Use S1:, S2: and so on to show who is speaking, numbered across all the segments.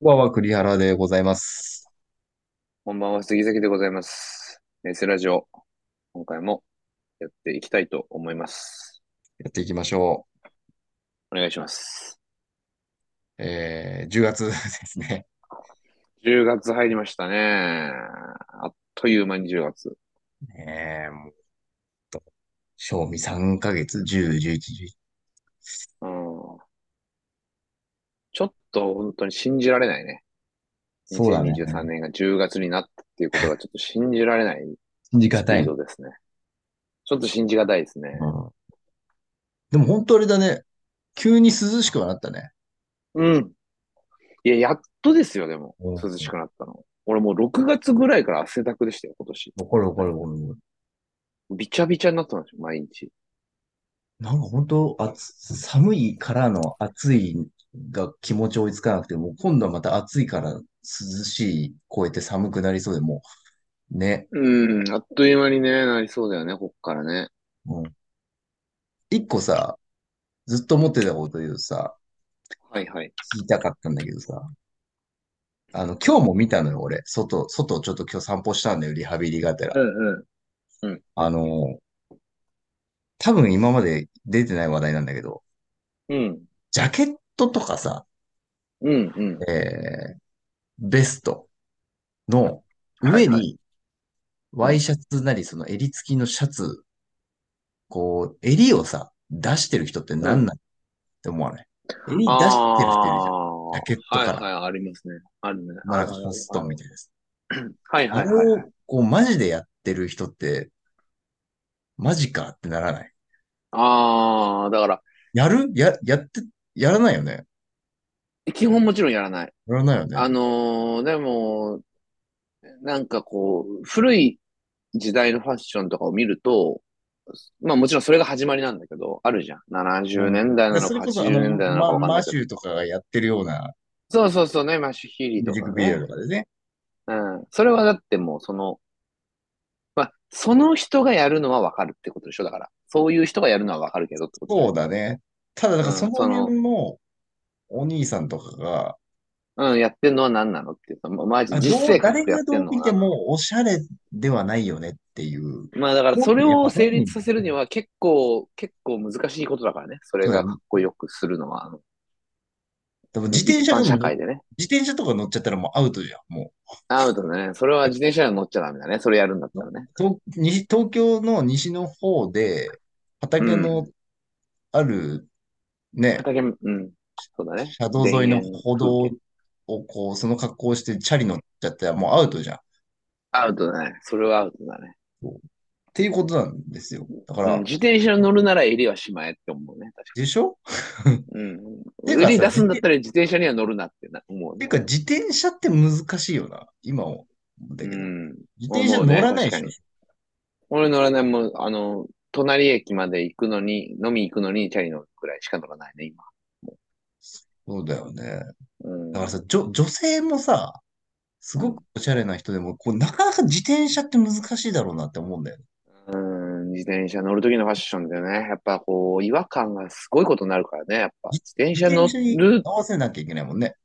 S1: こんばんは、栗原でございます。
S2: こんばんは、杉崎でございます。ネスラジオ、今回もやっていきたいと思います。
S1: やっていきましょ
S2: お願いします。
S1: う。えー、10月 ですね。
S2: 10月入りましたね。あっという間に10月。
S1: えー、もう、と、賞味3ヶ月、10、11、
S2: うん、ちょっと本当に信じられないね。
S1: そうだね
S2: 2023年が10月になったっていうことがちょっと信じられない
S1: 信じ
S2: スピードですね。ちょっと信じがたいですね。
S1: うん。でも本当あれだね。急に涼しくはなったね。
S2: うん。いや、やっとですよ、でも。
S1: うん
S2: 涼しくなったの。俺もう6月ぐらいから汗だくでしたよ、今年。
S1: 怒る怒る怒る怒る。
S2: びちゃびちゃになってました、毎日。
S1: なんか本当暑、寒いからの暑いが気持ち追いつかなくて、もう今度はまた暑いから涼しい超えて寒くなりそうで、もう、ね。
S2: うん、あっという間にね、なりそうだよね、こっからね。
S1: うん。一個さ、ずっと思ってたこと言うとさ、
S2: はいはい。
S1: 聞きたかったんだけどさ。あの、今日も見たのよ、俺。外、外をちょっと今日散歩したんだよ、リハビリがてら。
S2: んうん。
S1: あの、多分今まで出てない話題なんだけど、
S2: うん、
S1: ジャケットとかさ、
S2: うん、うん。
S1: えー、ベストの上
S2: は
S1: に、ワイシャツなり、その襟付きのシャツ、こう、襟をさ、出してる人って何なんって思わない襟出してる人いるじゃん。
S2: あー
S1: ジャケットから
S2: はいはい、ありますね。あるね。
S1: まあなんかファストンみたいなやつ。
S2: はいは
S1: あ
S2: い
S1: れ
S2: はい
S1: を
S2: はい。、
S1: こう、マジでやってる人って、マジかってならない。
S2: ああ、だから、
S1: やるや、やって、やらないよね。
S2: 基本もちろんやらない。
S1: やらないよね。
S2: あのーでも、なんかこう、古い時代のファッションとかを見ると、まあもちろんそれが始まりなんだけど、あるじゃん。70年代なの
S1: そ
S2: か
S1: れこそ、あ
S2: 80
S1: の、
S2: 年代なの
S1: ま
S2: かわかん
S1: マ
S2: ない
S1: ー
S2: け
S1: シ
S2: ど。
S1: ューとかがやってるような、
S2: そうそうそうね、マッシュヒー
S1: ミ
S2: リー
S1: ュ
S2: と
S1: ージッ
S2: か
S1: クビデ
S2: ね
S1: オ。とかでね。
S2: うん。それはだってもうその、まあ、その人がやるのはわかるってことでしょだから。そういう人がやるのはわかるけどってこと
S1: そうだね。ただ、なんか
S2: うん
S1: その
S2: その
S1: 辺のお兄さんとかが、
S2: うん、やってんのは何なのっていうか、まあ、マジ
S1: あ
S2: 実
S1: どう
S2: 生
S1: 誰
S2: 活でや
S1: が
S2: って
S1: ど
S2: ん
S1: う
S2: の
S1: 見
S2: か
S1: て
S2: な。
S1: もおしゃれではないよねっていう。
S2: まあだからそれを成立させるには結構、結構難しいことだからね。それがかっこよくするのは、あの
S1: でも自転車
S2: 一般
S1: で
S2: 社
S1: も、
S2: 会でね。
S1: 自転車とか乗っちゃったらもうアウトじゃん。もう。
S2: アウトだね。それは自転車に乗っちゃダメだね。それやるんだったらね。
S1: 東西東京の西の方で、畑のある、ね、
S2: 畑、うん。そうだね。
S1: 車道沿いの
S2: 田園
S1: 歩道をこう、その格好をしてチャリ乗っちゃったらもうアウトじゃん。っ
S2: アウトだね。それはアウトだね。
S1: ていうことなんですよ。だか
S2: う
S1: ら、
S2: ん、自転車に乗るなら襟はしまえって思うね。確か
S1: でしょ
S2: に。
S1: てか
S2: うん。
S1: さ
S2: 襟出すんだったら自転車には乗るなってな思う
S1: て
S2: ね。
S1: か、自転車って難しいよな。今も。だ
S2: う
S1: けど、
S2: ん。
S1: 自転車乗らないでし
S2: 思う
S1: ょ
S2: ね。俺乗らない。もう、あの、隣駅まで行くのに、飲み行くのにチャリ乗るくらいしか乗らないね、今。
S1: そうだよね。
S2: うん
S1: だからさ、女、女性もさ、すごくおしゃれな人でも、こう、なかなか自転車って難しいだろうなって思うんだよね。
S2: うん、自転車乗るときのファッションだよね。やっぱこう、違和感がすごいことになるからね。やっぱ、自転車
S1: 自
S2: 乗
S1: 転車に
S2: る、
S1: 合わせなきゃいけないもんね。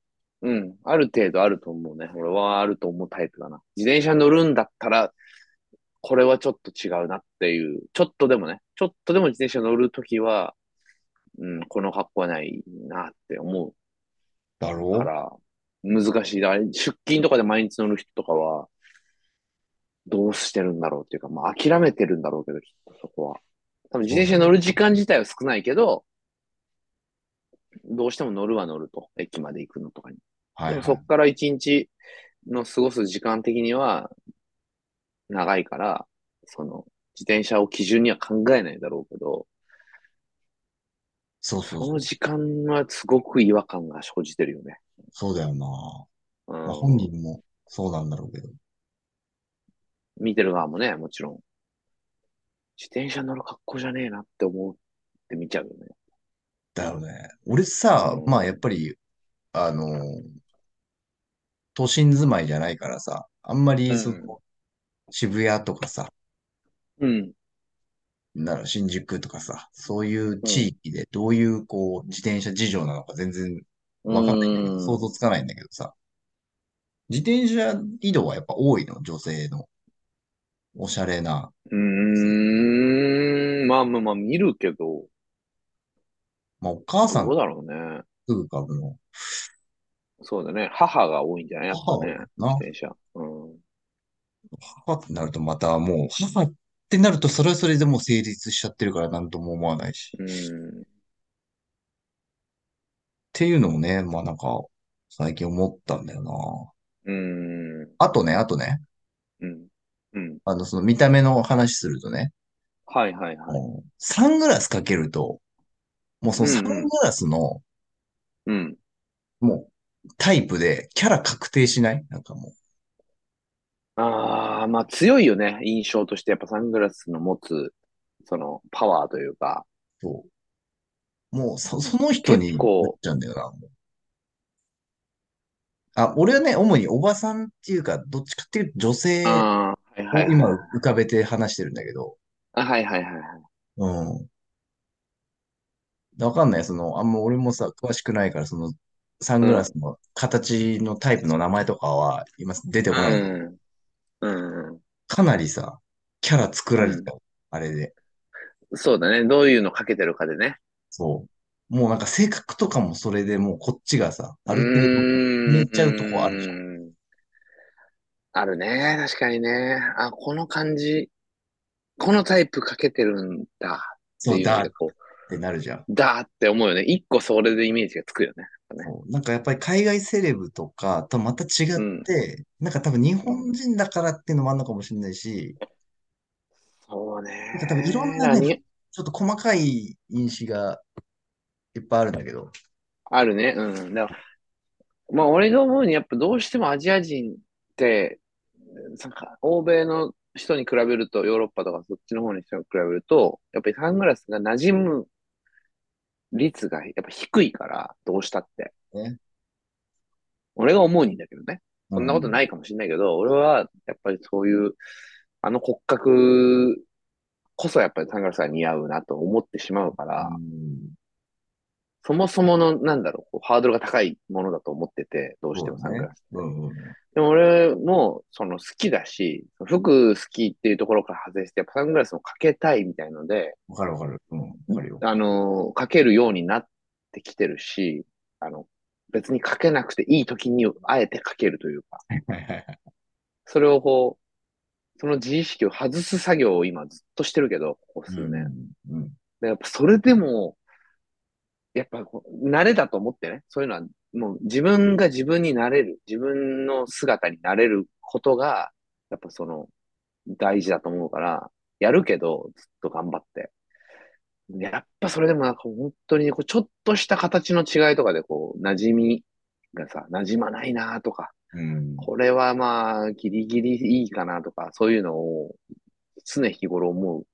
S2: うん、ある程度あると思うね。俺はあると思うタイプだな。自転車乗るんだったら、これはちょっと違うなっていう。ちょっとでもね、ちょっとでも自転車乗るときは、うん、この格好はないなって思
S1: だろ
S2: う
S1: う
S2: から、難しい。だから出勤とかで毎日乗る人とかは、どうしてるんだろうっていうか、まあ諦めてるんだろうけど、きっとそこは。多分自転車乗る時間自体は少ないけど、どうしても乗るは乗ると。駅まで行くのとかに。
S1: はい、
S2: で
S1: は
S2: も
S1: い。
S2: そこから一日の過ごす時間的には長いから、その、自転車を基準には考えないだろうけど、
S1: そうそ
S2: そう
S1: そう
S2: の時間はすごく違和感が生じてるよね。
S1: そうだよな。
S2: う
S1: まあ、
S2: ん、
S1: 本人もそうなんだろうけど。
S2: 見てる側もね、もちろん。自転車乗る格好じゃねえなって思って見ちゃうよね。
S1: だよね。俺さ、
S2: うん
S1: まあやっぱり、あのー都心住まいじゃないからさ、あんま
S2: う
S1: り
S2: ん
S1: その、渋谷とかさ、
S2: うん。
S1: なら新宿とかさ、そういう地域でどういうこう、自転車事情なのか全然わかんないんだけど、
S2: うん
S1: 想像つかないんだけどさ。自転車移動はやっぱ多いの女性の。おしゃれな。
S2: うーん、まあまあまあ見るけど、
S1: まあ、お母さん
S2: どう
S1: が
S2: だろうね。
S1: すぐ買うの。
S2: そうだね。母が多いんじゃないやっぱ
S1: 母
S2: ね。
S1: な
S2: 自。転車。うん。
S1: 母ってなるとまたもう、母ってなるとそれはそれでもう成立しちゃってるから何とも思わないし。っ
S2: うん。
S1: ていうのをね、まあなんか、最近思ったんだよな。
S2: うん。
S1: あとね、あとね、
S2: うん。うん。
S1: あの、その見た目の話するとね、
S2: はいはい
S1: あ
S2: はい。
S1: のサングラスかけると、もうそのサングラスの、
S2: うん。
S1: もう、タイプでキャラ確定しないなんかもう。
S2: ああ、まあ強いよね。印象として。やっぱサングラスの持つ、その、パワーというか。
S1: そう。もうそ、その人に
S2: 結
S1: なっ
S2: 構
S1: ちゃうんだよな。もうあ、俺はね、主におばさんっていうか、どっちかっていうと女性を
S2: ああ、はいはい
S1: 今
S2: はい。
S1: 浮かべて話してるんだけど、
S2: あ、はいはいはいはい。
S1: うん。わかんない。その、あんま俺もさ、詳しくないから、その、サングラスの形のタイプの名前とかは、今出てこない。
S2: うん。うん。
S1: かなりさ、キャラ作られてた、あれで。
S2: そうだね。どういうのかけてるかでね。
S1: そう。もうなんか性格とかもそれでもうこっちがさ、ある程度
S2: う
S1: 見
S2: ー
S1: えちゃうとこあるじゃん。
S2: ん。あるね。確かにね。あ、この感じ。このタイプかけてるんだ。って
S1: そう
S2: いうの
S1: だっ
S2: で、こ
S1: てなるじゃん。
S2: う、だーって思うよね。一個それでイメージがつくよね。
S1: そうなんかやっぱり海外セレブとかとまた違
S2: う
S1: っ
S2: ん。
S1: て、なんか多分日本人だからっていうのもあるのかもしれないし、
S2: そう
S1: なんか多分いろん
S2: ね。
S1: な
S2: だ
S1: ね、
S2: に、
S1: ちょっと細かい因子がいっぱいあるんだけど。
S2: あるね。うん。だからまあ、俺が思うに、やっぱどうしてもアジア人って、なんか、欧米の人に比べると、ヨーロッパとかそっちの方の人に比べると、やっぱりサングラスが馴染む率がやっぱ低いから、どうしたって。
S1: ね。
S2: 俺が思うにだけどね。
S1: う
S2: そんなこと
S1: ん。
S2: ないかもしれないけど、俺は、やっぱりそういう、あの骨格こそやっぱりサングラスが似合うなと思ってしまうか
S1: う
S2: ら、
S1: ん。
S2: そもそもの、なんだろう、こうハードルが高いものだと思ってて、どうし
S1: そ
S2: て
S1: う
S2: もサ
S1: だ
S2: ング
S1: ね。
S2: ラスっ
S1: う
S2: て。
S1: んうん
S2: でも俺も、その好きだし、服好きっていうところから外して、やっぱサングラスもかけたいみたいので、
S1: わかるわかる。うん。わかるよ。
S2: あのーかけるようになってきてるし、あの、別にかけなくていい時に、あえてかけるというか、
S1: はいはいはい
S2: それをこう、その自意識を外す作業を今ずっとしてるけど、ここ
S1: う
S2: 数年。
S1: ん。うん。
S2: で、やっぱそれでも、やっぱこう慣れだと思ってね、そういうのは、もう自分が自分になれる、自分の姿になれることが、やっぱその、大事だと思うから、やるけど、ずっと頑張って。やっぱそれでもなんか本当にこう、ちょっとした形の違いとかでこう、馴染みがさ、馴染まないなとか、
S1: うん
S2: これはまあ、ギリギリいいかなとか、そういうのを常日頃思う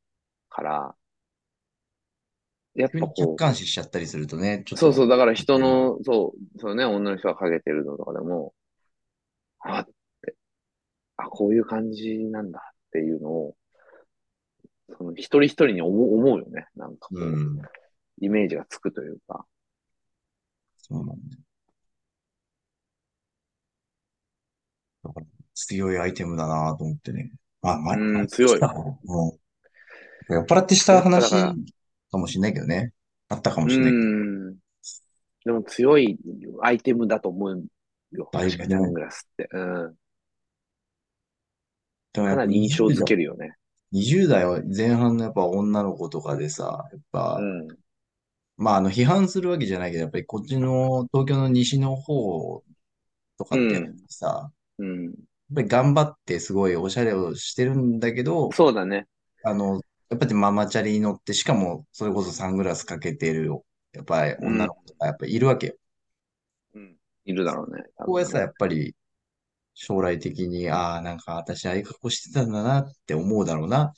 S2: から、やっ
S1: 急
S2: ぱ
S1: に客
S2: こう、
S1: 観視しちゃったりするとね、ちょっ
S2: そう
S1: と。
S2: そう、だから人
S1: うん。
S2: の、そう、そうね、女の人がかけてるのとかでも、あ、あ、こういう感じなんだっていうのを、その一人一人に思う、思うよね。なんか
S1: う
S2: こう、
S1: ん。
S2: イメージがつくというか。
S1: そうなんだよ。だから強いアイテムだなと思ってね。まあ、前、
S2: う
S1: 前
S2: ん、
S1: し
S2: 強い。
S1: たの。うん酔っ払ってし
S2: や
S1: た
S2: っぱだか
S1: 話
S2: ら、
S1: かもしれないけどね。あったかも
S2: う
S1: しれないけど。
S2: ん、でも強いアイテムだと思うよ。
S1: だい
S2: 確か
S1: ぶ
S2: にサン
S1: ね。
S2: グラスって。うん。
S1: でもやっ
S2: かな
S1: ぱ
S2: り印象
S1: 20
S2: づ
S1: 代、
S2: けるよね。
S1: 20代は前半のやっぱ女の子とかでさ、やっ
S2: う
S1: ぱ、
S2: ん。
S1: まああの批判するわけじゃないけど、やっぱりこっちの東京の西の方とか
S2: う
S1: ってやっぱり
S2: ん。
S1: さ、
S2: うん。
S1: やっぱり頑張ってすごいおしゃれをしてるんだけど、
S2: そうだね。
S1: あの、やっぱりママチャリに乗って、しかもそれこそサングラスかけてる、やっぱり
S2: う
S1: 女
S2: ん。
S1: の子とかやっぱりいるわけよ。
S2: うん。いるだろうね。多
S1: こうや
S2: 分
S1: さ、
S2: ね。
S1: やっぱり将来的に、ああ、なんか私ああいう格好してたんだなって思うだろうなっ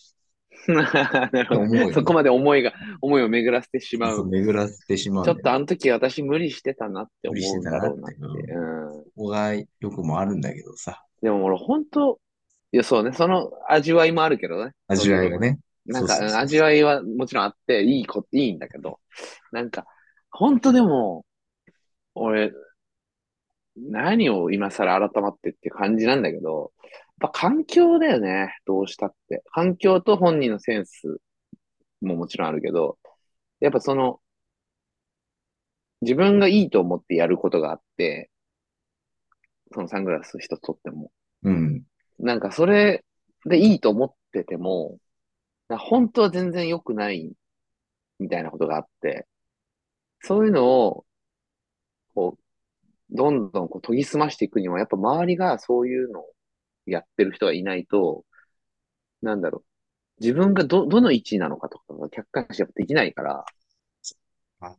S2: なる
S1: て
S2: ほど。
S1: 思うよ
S2: そこ
S1: ね。
S2: まで思いが、思いを巡らせて
S1: そ
S2: し
S1: う
S2: ま。
S1: そうう、巡らせてしまう
S2: ちょ
S1: ん
S2: っ
S1: だよ
S2: とあ
S1: ね。
S2: の時私無理してたなって
S1: 無理し
S2: 思
S1: て
S2: うん
S1: た
S2: だ
S1: な
S2: ろ
S1: っ、
S2: うなって
S1: う
S2: て。
S1: ん。
S2: う
S1: そ
S2: ん。
S1: こが良くもあるんだけどさ、
S2: でも俺本当、いやそうね、その味わいもあるけどね、そう
S1: 味
S2: いう
S1: わい
S2: 部
S1: が
S2: 分。
S1: ね。
S2: な
S1: そ
S2: ん
S1: う
S2: か、
S1: そう
S2: うん
S1: そう
S2: 味
S1: そ
S2: わいはもちろんあって、いいこ、いいんだけど、なんか、本当でも、俺、何を今更改まってって感じなんだけど、やっぱ環境だよね。どうしたって。環境と本人のセンスももちろんあるけど、やっぱその、自分がいいと思ってやることがあって、そのサングラス一つ取っても。
S1: うん。
S2: なんかそれでいいと思ってても、な本当は全然良くないみたいなことがあって、そういうのを、こう、どんどんこう研ぎ澄ましていくには、やっぱ周りがそういうのをやってる人がいないと、なんだろう、自分がど、どの位置なのかとかが客観視やっぱできないから
S1: あ、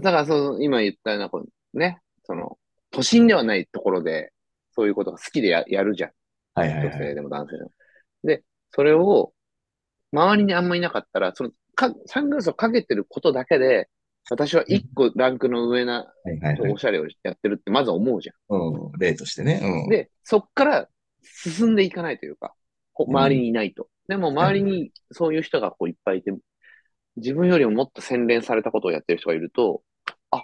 S2: だからその、今言ったような、こうね、その、都心ではないところで、そういうことが好きでや、やるじゃん。
S1: はいはい
S2: 女
S1: はい。
S2: 性でも男性でも。で、それを、周りにあんまいなかったら、その、か、サングラスをかけてることだけで、私は一個ランクの上な、
S1: はいはいはい
S2: お。しゃれをやってるってまず思うじゃ。
S1: うん。例としてね。うんん。
S2: で、そっから進んでいかないというか、こ周りにいないと。でも周りにそういう人がこういっぱいいて、自分よりももっと洗練されたことをやってる人がいると、あ、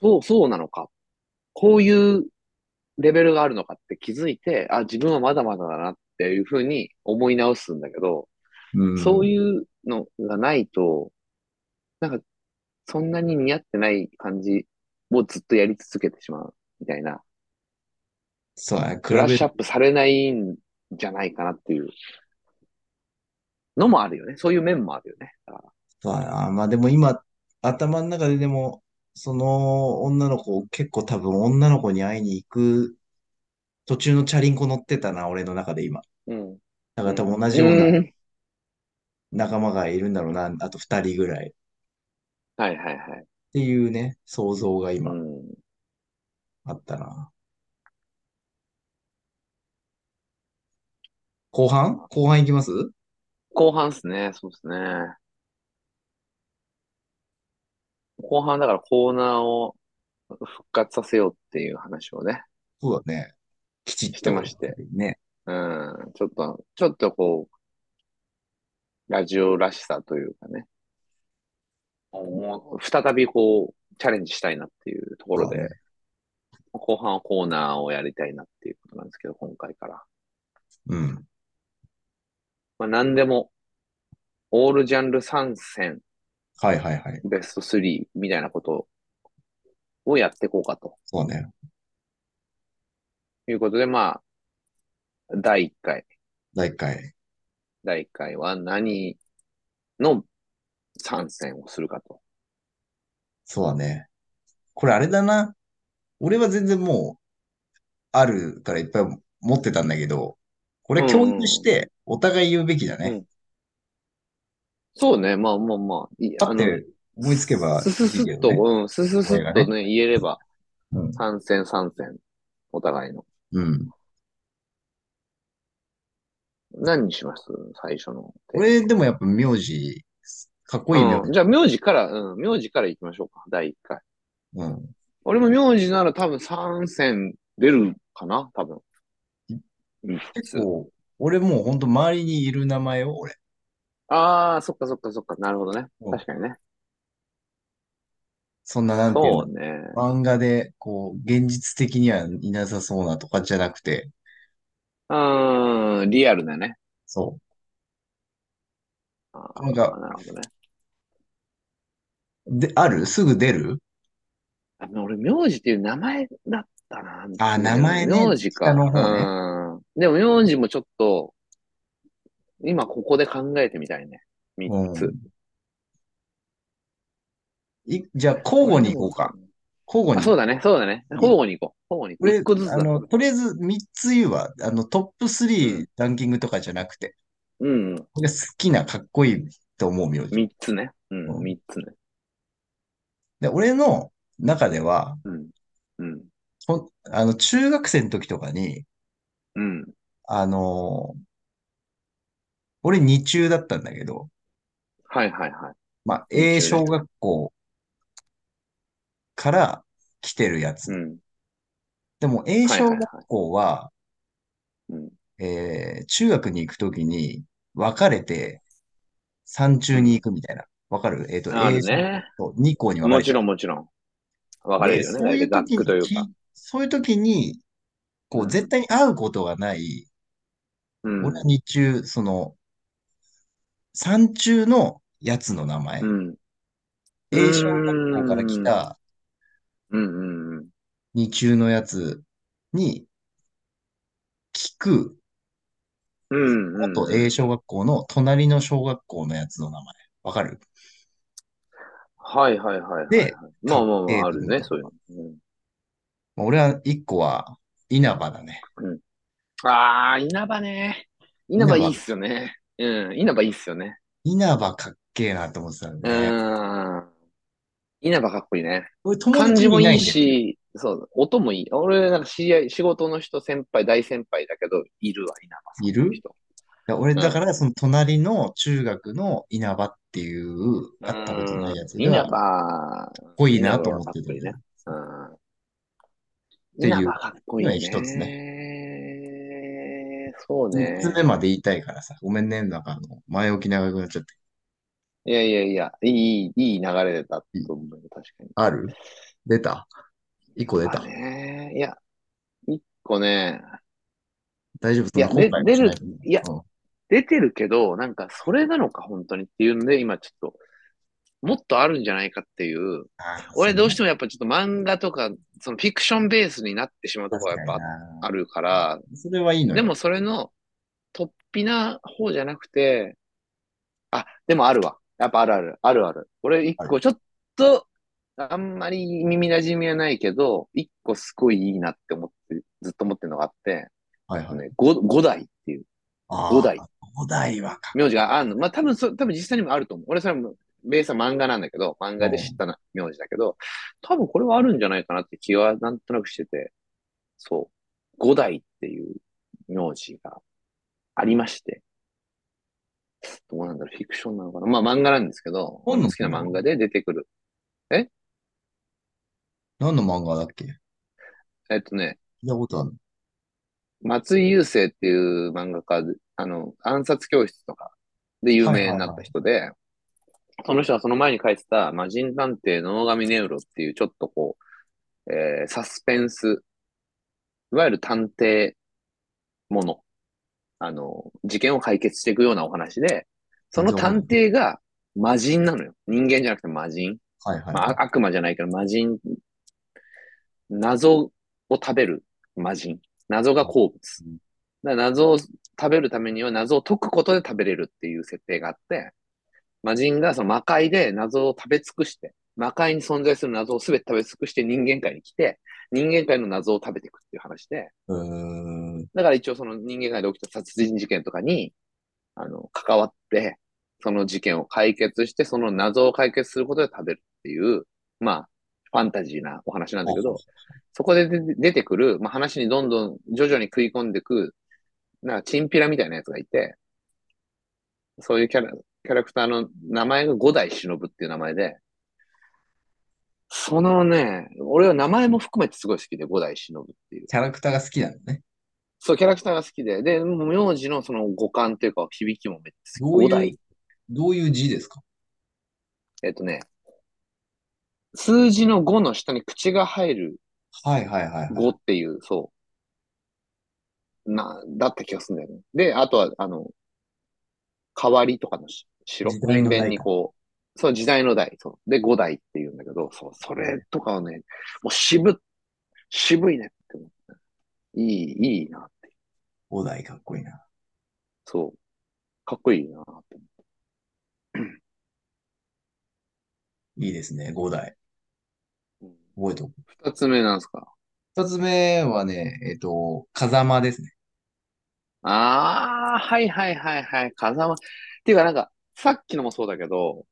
S2: そう、そうなのか。こういうレベルがあるのかって気づいて、あ、自分はまだまだだなっていうふうに思い直すんだけど、
S1: うん、
S2: そう
S1: う。
S2: いうのがないと、なんか、そんなに似合ってない感じをずっとやり続けてしまうみたいな、
S1: そうだね。比
S2: ブラッ
S1: べ
S2: シュアップされないんじゃないかなっていうのもあるよね。そういう面もあるよね。だから
S1: そうだな。まあでも今、頭の中ででも、その女の子、結構多分女の子に会いに行く途中のチャリンコ乗ってたな、俺の中で今。
S2: うん。
S1: だから多分同じよう
S2: う
S1: なん仲間がいるんだろうな、あと二人ぐらい。っ
S2: はいはいはい。
S1: ていうね、想像が
S2: う
S1: 今
S2: ん。
S1: あったな。後半後半いきます
S2: 後半っすね。そうっすね。後半だからコーナーを復活させようっていう話をね。
S1: そうだね。きちっと。
S2: してまして。
S1: ね。
S2: うん。ちょっと、ちょっとこう、ラジオらしさというかね。もう再びこう、チャレンジしたいなっていうところ
S1: そう
S2: で
S1: だ、
S2: 後半はコーナーをやりたいなっていうことなんですけど、今回から。
S1: うん。
S2: まあ何でも、オールジャンル参戦、
S1: はいはいはい。
S2: ベスト3みたいなことをやっていこうかと
S1: そうね。
S2: いうことで、まあ、第1回。
S1: 第一回。
S2: 第1回は何の参戦をするかと。
S1: そうだね。これあれだな。俺は全然もう、あるからいっぱい持ってたんだけど、これ共有して、お互い言うべきだ
S2: う
S1: ね
S2: ん。そうね、まあまあまあ、いい
S1: だって、思いつけば
S2: ススス
S1: いいけ
S2: ッ
S1: ど
S2: と、
S1: ね。
S2: うん、スススッとね、言えれば、
S1: うん
S2: 参戦参戦、お互いの。
S1: うん。
S2: 何にします最初の。
S1: 俺、でもやっぱ名字、かっこいい名
S2: うん
S1: 字。
S2: じゃあ、名字から、うん、名字から行きましょうか、第1回。
S1: うん。
S2: 俺も名字なら多分参戦出るかな多分。うん
S1: 結構、俺もうほんと周りにいる名前を、俺。
S2: ああ、そっかそっかそっか、なるほどね。
S1: うん
S2: 確かにね。
S1: そんななんていうの
S2: そうね。
S1: 漫画で、こう、現実的にはいなさそうなとかじゃなくて、
S2: うーん、リアルだね。
S1: そ
S2: あ
S1: な
S2: ー
S1: んか
S2: なるほどね。
S1: う。で、あるすぐ出る
S2: あの俺、名字っていう名前だったな。
S1: あ名前ね
S2: 名字か。
S1: 下の方ね
S2: うん。でも名字もちょっと、今ここで考えてみたいね。三つ。
S1: うんいじゃあ、交互に行こうか。。交互
S2: あ、
S1: に。
S2: そうだね、そうだね。交互に行こう。交
S1: こ
S2: 互に
S1: れ
S2: 行こう。一個ずつ
S1: あ
S2: だ。
S1: の、とりあえず3つ言うわ。あの、トップ
S2: う
S1: 3ランキングとかじゃなくて、
S2: うんうん。
S1: 俺が好きなかっこいいと思う名字。
S2: 三つね。う
S1: うん
S2: ん、三つね。
S1: で、俺の中では、
S2: うん。うん。
S1: ほんあの、中学生の時とかに、
S2: うん。
S1: あのー俺2中だったんだけど、
S2: はいはいはい。
S1: まあ、
S2: 二
S1: A
S2: 中ね
S1: 小学校から来てるやつ。
S2: うん。
S1: でも
S2: は
S1: A
S2: いはい
S1: 小
S2: はい。
S1: 学校は、
S2: うん。
S1: えー中学に行くときに別れて、3中に行くみたいな。わかるえっと、
S2: あ
S1: A
S2: る
S1: 小
S2: ね。
S1: と2校に分か
S2: も
S1: れて
S2: ちろんもちろん。わかれるよ
S1: でそう
S2: ね。
S1: いう
S2: 大体
S1: 時
S2: 学区という
S1: に
S2: か
S1: き。そういう時に、こ
S2: う
S1: う、
S2: ん
S1: 絶対に会うことがない、
S2: うん。
S1: 俺は日中、その、山中のやつの名前、
S2: うん。
S1: 英小学校から来た
S2: うん。うん。
S1: 日中のやつに、聞く、
S2: うん。うん。
S1: 元 A 小学校の隣の小学校のやつの名前。わかる
S2: はいはいはいはい。
S1: で、
S2: まあまあま
S1: えー
S2: あ、あるね、
S1: と
S2: そういうの。
S1: まあ俺は一個は稲葉だね。
S2: うん、ああ、稲葉ね。稲葉いいっすよね。うん、稲葉いいっすよね。
S1: 稲葉かっけえなと思ってたん
S2: う
S1: だよね。
S2: ん。稲葉かっこいいね。
S1: 俺友
S2: 漢
S1: 達
S2: 字
S1: に
S2: も
S1: いないい
S2: い
S1: んだよね。
S2: し、そう、音もいい。俺、なんか知り合い、仕事の人、先輩、大先輩だけど、いるわ、稲葉さん。
S1: いる
S2: 人
S1: だから俺、だからその隣の中学の稲葉っていう、会ったことないやつ
S2: うん稲
S1: が、
S2: 葉
S1: かっ、こいいなと思って
S2: 稲葉かっこいい
S1: て
S2: ね。うん。
S1: ていう
S2: 稲葉かっこいい
S1: のが
S2: ね。
S1: 一つ
S2: ね。そうね
S1: 三。つ目まで言いたいからさ、ごめんね、なんかあの、前置き長くなっちゃって。
S2: いやいやいや、いい、いい流れだったと思うよ、確かに。
S1: ある出た一個出
S2: まあ
S1: た。
S2: ね、いや、一個ね、
S1: 大丈夫そ
S2: いや
S1: の後悔も
S2: で
S1: しない
S2: 出いや
S1: うん
S2: 出てるけど、なんかそれなのか、本当にっていうんで、今ちょっと、もっとあるんじゃないかっていう。
S1: あー
S2: 俺どうして
S1: そ
S2: もやっぱちょっと漫画とか、そのフィクションベースになってしまうと
S1: う
S2: ころがやっぱ
S1: 確かにな
S2: あるから、
S1: それはいいのよ。
S2: でもそれの突飛な方じゃなくて、あ、でもあるわ。やっぱあるある。あるある。俺一
S1: あ
S2: 個ちょっと、あんまり耳馴染みはないけど、一個すごいいいなって思って、ずっと思ってるのがあって、
S1: はい
S2: あ
S1: は
S2: の
S1: い。
S2: ね、五五代っていう
S1: あー
S2: 五代。
S1: 五代はか。
S2: 名字があるの。まあ、多分そ、多分実際にもあると思う。俺それも、ベースは漫画なんだけど、漫画で知ったな名字だけど、多分これはあるんじゃないかなって気はなんとなくしてて、そう。五代っていう名字がありまして、どうなんだろう、フィクションなのかな。まあ漫画なんですけど、
S1: 本の
S2: 好きな漫画で出てくる。
S1: 何の漫画だっけ聞
S2: えっとね、
S1: いたことある
S2: 松井優生っていう漫画家で、あの、暗殺教室とかで有名になった人で、その人はその前に書いてた魔人探偵の野上ネウロっていうちょっとこう、えーサスペンス、いわゆる探偵もの、あの、事件を解決していくようなお話で、その探偵が魔人なのよ。人間じゃなくて魔人。
S1: はいはい。
S2: まあ、悪魔じゃないけど、魔人、謎を食べる魔人。謎が好物。
S1: うん
S2: だから謎を食べるためには謎を解くことで食べれるっていう設定があって、魔人がその魔界で謎を食べ尽くして、魔界に存在する謎を全て食べ尽くして人間界に来て、人間界の謎を食べていくっていう話で、
S1: うーん。
S2: だから一応その人間界で起きた殺人事件とかに、あの、関わって、その事件を解決して、その謎を解決することで食べるっていう、まあ、ファンタジーなお話なんだけど、そこで出て出てくる、まあ話にどんどん徐々に食い込んでく、なんかチンピラみたいなやつがいて、そういうキャラ、キャラクターの名前が五代忍っていう名前で、そのね、俺は名前も含めてすごい好きで、五代忍っていう。
S1: キャラクターが好きなのね。
S2: そう、キャラクターが好きで、で、もう名字のその五感というか、響きもめっちゃ
S1: どう
S2: 好
S1: いう
S2: き。五代。
S1: どういう字ですか
S2: えっとね、数字の5の下に口が入る
S1: はいはいはいはい。
S2: 5っていう、そう。な、だった気がするんだよね。で、あとは、あの、代わりとかのし白、
S1: 時代の代
S2: 弁にこう、そう、時代の代、そう。で、5代っていうんだけど、そう、それとかはね、もう渋、渋いねって思った。いい、いいなって。
S1: 五代かっこいいな。
S2: そう。かっこいいなって。
S1: いいですね、五代。
S2: うん
S1: 覚えておこう。
S2: 二つ目なんですか
S1: 二つ目はね、えっと、風間ですね。
S2: ああ、はいはいはいはい、風間。っていうかなんか、さっきのもそうだけど、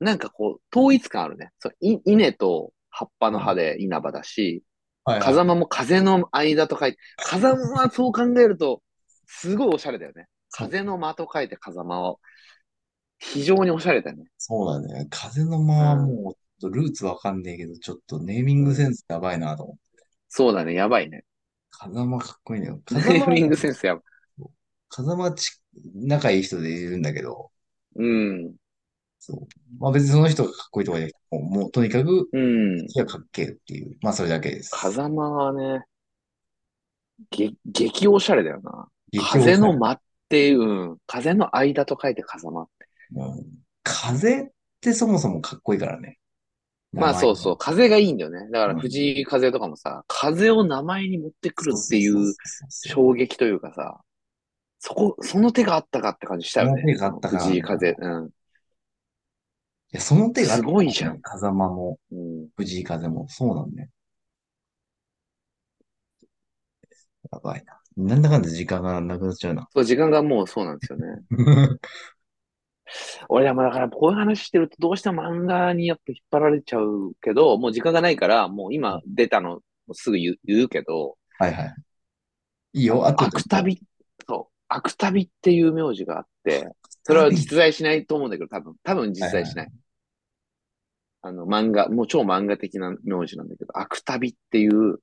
S2: なんかこう、統一感あるね。そう、い、稲と葉っぱの葉で稲葉だし、
S1: はいはい。
S2: 風間も風の間と書いて、風間はそう考えると、すごいおしゃれだよね。風の間と書いて風間を。非常におしゃれだよね。
S1: そうだね。風の間はもう、ルーツわかんねえけど、ちょっとネーミングセンスやばいなと思って。
S2: そうだね、やばいね。
S1: 風間かっこいいのよ。
S2: ネ
S1: 風
S2: ーミン
S1: 間、
S2: グセンスやばい。
S1: 風間ち、仲いい人でいるんだけど、
S2: うん。
S1: そう。まあ別にその人がかっこいいとかじゃなくて、もうとにかく、
S2: うん。
S1: いや、かっけえっていう。まあ、それだけです。
S2: 風間はね、げ、激おしゃれだよな。
S1: 激おしゃれ
S2: 風の間っていう、うん風の間と書いて風間。
S1: うん風ってそもそもかっこいいからね。
S2: まあそうそう、風がいいんだよね。だから
S1: うん
S2: 藤井風とかもさ、風を名前に持ってくるっていう
S1: そう
S2: 衝撃というかさ、そこ、その手があったかって感じしたよね。
S1: その手があったか
S2: 藤井風。うん。
S1: いや、その手があった
S2: すごいじゃん
S1: 風間も、
S2: うん。
S1: 藤井風も、そうなんだよ。やばいな。なんだかんだ時間がなくなっちゃうな。
S2: そう、時間がもうそうなんですよね。俺らもだからこういう話してるとどうしても漫画にやっぱ引っ張られちゃうけど、もう時間がないから、もう今出たのすぐ言う言うけど、
S1: はいはい。いいよ、あとで。
S2: 芥旅、そう、芥旅っていう名字があって、それは実在しないと思うんだけど、多分、多分実在しない。あの、漫画、もう超漫画的な名字なんだけど、芥旅っていう、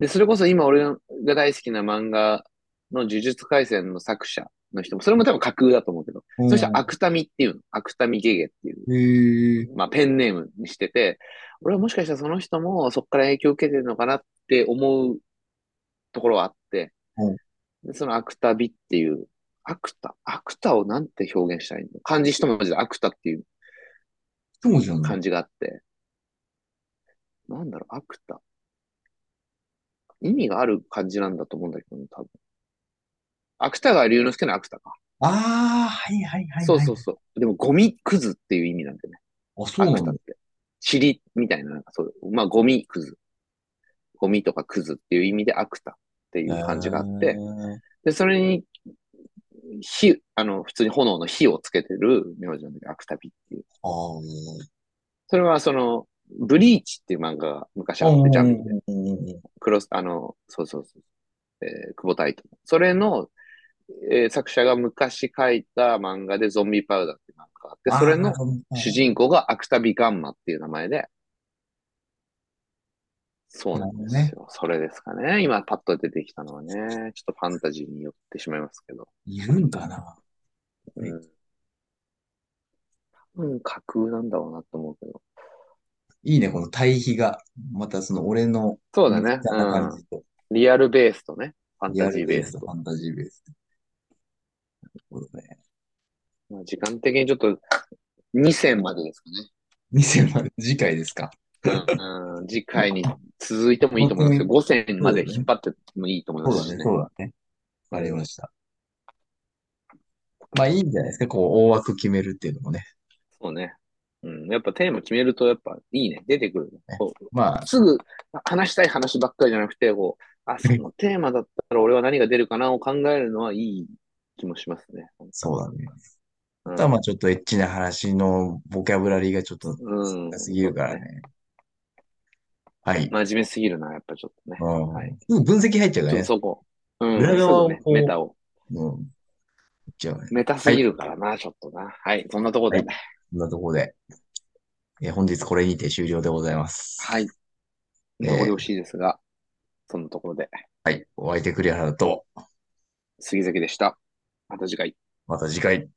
S2: で、それこそ今俺が大好きな漫画の呪術廻戦の作者の人も、それも多分架空だと思うけど、
S1: うん
S2: そして芥旅っていうの、芥旅ゲゲっていう、
S1: へー
S2: まあペンネームにしてて、俺はもしかしたらその人もそこから影響を受けてるのかなって思うところはあって、
S1: うん
S2: でそのアクタビっていう、アクタ、アクタをなんて表現したらいいの漢字一文字でアクタっていう
S1: そうじゃん。
S2: 漢字があって、なんだろう、アクタ。意味がある漢字なんだと思うんだけどね、多分。芥川龍之介の芥か。
S1: ああ、はいはいはいはい。
S2: そうそうそう。でも、ゴミくずっていう意味なんだよね。
S1: あ、そうなん
S2: アクタ
S1: だ
S2: っ。て。塵みたいな、なんかそういう、まあ、ゴミくず。ゴミとかくずっていう意味でアクタっていう感じがあって、
S1: へー
S2: で、それに、火、あの、普通に炎の火をつけてる名字なんだけど、アクタビっていう。
S1: ああ、
S2: それはその、ブリーチっていう漫画が昔あって、ジャンプで。
S1: うんうんうんうん
S2: クロス、あの、そうそうそう。えー、久保太斗。それの、えー作者が昔書いた漫画でゾンビパウダーっていう漫画があって、それの主人公がアクタビガンマっていう名前で、そうなんです
S1: なる
S2: よ。それですかね。今パッと出てきたのはね、ちょっとファンタジーに寄ってしまいますけど。
S1: いるんかな
S2: うん。多分架空なんだろうなと思うけど。
S1: いいね、この対比が。またその俺の、
S2: そうだね。
S1: こんな感じと、
S2: うん。リアルベースとね、ファン
S1: リア
S2: タ
S1: ル
S2: ジーベースと
S1: フ。ァンタジーベースと。なるほどね。
S2: まあ、時間的にちょっと、2戦までですかね。
S1: 2000まで次回ですか。
S2: うんうん次回に続いてもいいと思いますけど、5戦まで引っ張ってもいいと思いま
S1: そうだ
S2: すし
S1: ね、
S2: ね。
S1: そうだね。わかりました。まあいいんじゃないですか、こう、大枠決めるっていうのもね。
S2: そうね。うん。やっぱテーマ決めると、やっぱいいね。出てくるね
S1: ね
S2: こう
S1: まあ、
S2: すぐ話したい話ばっかりじゃなくて、こう、あ、そのテーマだったら俺は何が出るかなを考えるのはいい気もしますね。
S1: そうだね。
S2: うん
S1: あとはまあちょっとエッチな話のボキャブラリーがちょっと
S2: う
S1: 少
S2: ん
S1: なすぎるからね。はい。
S2: 真面目すぎるな、やっぱちょっとね。
S1: うん
S2: はい
S1: 分析入っちゃうか
S2: ちょっ
S1: ら
S2: と
S1: ね。
S2: そこ。うん。
S1: 裏側を
S2: そうね
S1: こう
S2: メタを。
S1: うん。じゃあね、
S2: メタすぎるからな、ちょっとな。はい。そんなところで。
S1: こんなところで、えー本日これにて終了でございます。
S2: はい。
S1: えー
S2: 残り惜しいですが、そんなところで。
S1: はい。お相手栗原と、
S2: 杉崎でした。また次回。
S1: また次回。